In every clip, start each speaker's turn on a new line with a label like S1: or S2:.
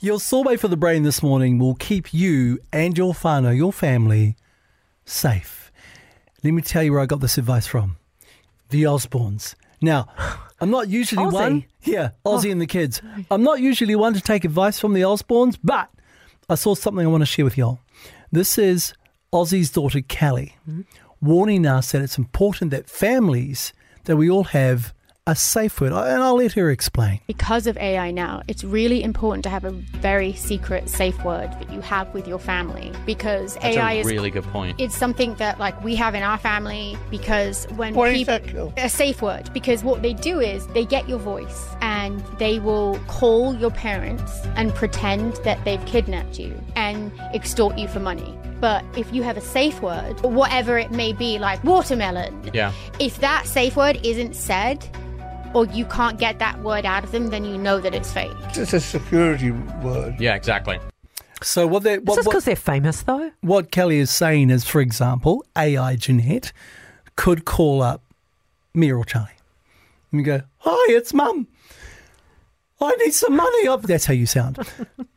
S1: Your sorbet for the brain this morning will keep you and your whānau, your family, safe. Let me tell you where I got this advice from the Osbournes. Now, I'm not usually
S2: Aussie? Oh.
S1: one. Yeah, Aussie and the kids. I'm not usually one to take advice from the Osbournes, but I saw something I want to share with y'all. This is Aussie's daughter, Callie,
S2: Mm-hmm.
S1: warning us that it's important that families that we all have a safe word. And I'll let her explain.
S3: Because of AI now, it's really important to have a very secret safe word that you have with your family because
S4: That's
S3: AI
S4: a
S3: is
S4: really good point.
S3: it's something that like we have in our family because when
S5: What is
S3: people
S5: that, Jill?
S3: a safe word because what they do is they get your voice and they will call your parents and pretend that they've kidnapped you and extort you for money. But if you have a safe word, whatever it may be, like watermelon,
S4: Yeah.
S3: if that safe word isn't said or you can't get that word out of them, then you know that it's fake.
S5: It's a security word.
S4: Yeah, exactly.
S1: So, what they.
S2: Is
S1: What,
S2: this
S1: what-
S2: because they're famous, though?
S1: what Kelly is saying is, for example, AI Jeanette could call up me or Charlie and you go, Hi, it's mum. I need some money. i That's how you sound.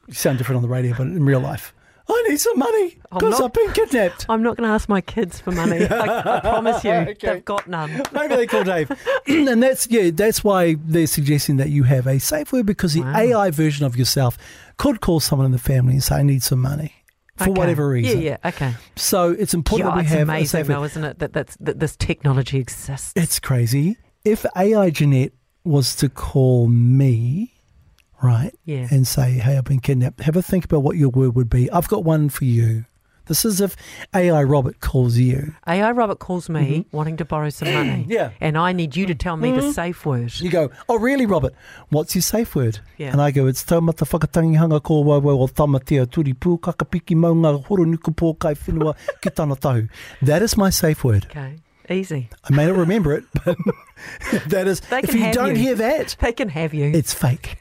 S1: you sound different on the radio, but in real life, I need some money
S2: I'm
S1: because
S2: not-
S1: I've been kidnapped.
S2: I'm not going to ask my kids for money. I, I promise you, they've got none.
S1: Maybe they call Dave. and that's yeah, that's why they're suggesting that you have a safe word because the AI version of yourself could call someone in the family and say, I need some money. For
S2: Okay.
S1: whatever reason.
S2: Yeah, yeah, okay.
S1: So it's important
S2: yeah,
S1: that we
S2: it's
S1: have a
S2: amazing,
S1: safe word.
S2: though, isn't it, that, that's, that this technology exists?
S1: It's crazy. If AI Jeanette was to call me, right,
S2: Yeah.
S1: and say, "Hey, I've been kidnapped," have a think about what your word would be. I've got one for you. This is if AI Robert calls you.
S2: AI Robert calls me
S1: Mm-hmm.
S2: wanting to borrow some money.
S1: Yeah. Mm-hmm.
S2: And I need you to tell me the safe word.
S1: You go, "Oh, really, Robert? What's your safe word?"
S2: Yeah.
S1: And I go, "It's taumatawhakatangi ko wawai o tamatea turipu kakapiki maunga horonukupō kai whenua ki tana tau." That is my safe word.
S2: Okay. Easy.
S1: I may not remember it, but that is.
S2: They
S1: if
S2: can
S1: you
S2: have
S1: don't
S2: you.
S1: hear that,
S2: They can have you.
S1: It's fake.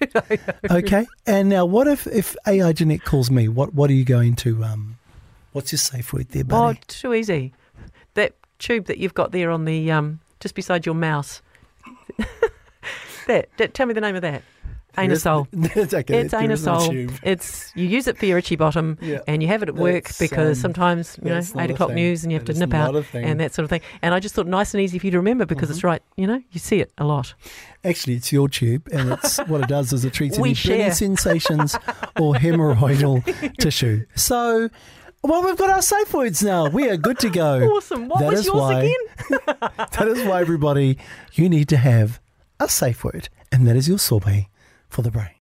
S1: okay. And now, what if if AI Jeanette calls me? What what are you going to? Um, what's your safe word there,
S2: oh,
S1: buddy?
S2: too easy. That tube that you've got there on the, um, just beside your mouse. that, that, tell me the name of that. Anusol.
S1: That's okay.
S2: it's
S1: there is no
S2: anusol.
S1: tube.
S2: It's you use it for your itchy bottom,
S1: Yeah.
S2: and you have it at work
S1: That's,
S2: because
S1: um,
S2: sometimes you know
S1: that's not
S2: eight
S1: a
S2: o'clock
S1: thing.
S2: news, and you have
S1: That
S2: to
S1: is
S2: nip
S1: not
S2: out
S1: a thing. Mm-hmm.
S2: and that sort of thing. And I just thought nice and easy for you to remember because it's right. You know, you see it a lot.
S1: Actually, it's your tube, and it's what it does is it treats
S2: We
S1: any burning
S2: share.
S1: sensations or hemorrhoidal tissue. So. Well, we've got our safe words now. We are good to go.
S2: Awesome. What
S1: That
S2: was
S1: is
S2: yours
S1: why-
S2: again?
S1: That is why, everybody, you need to have a safe word, and that is your sorbet for the brain.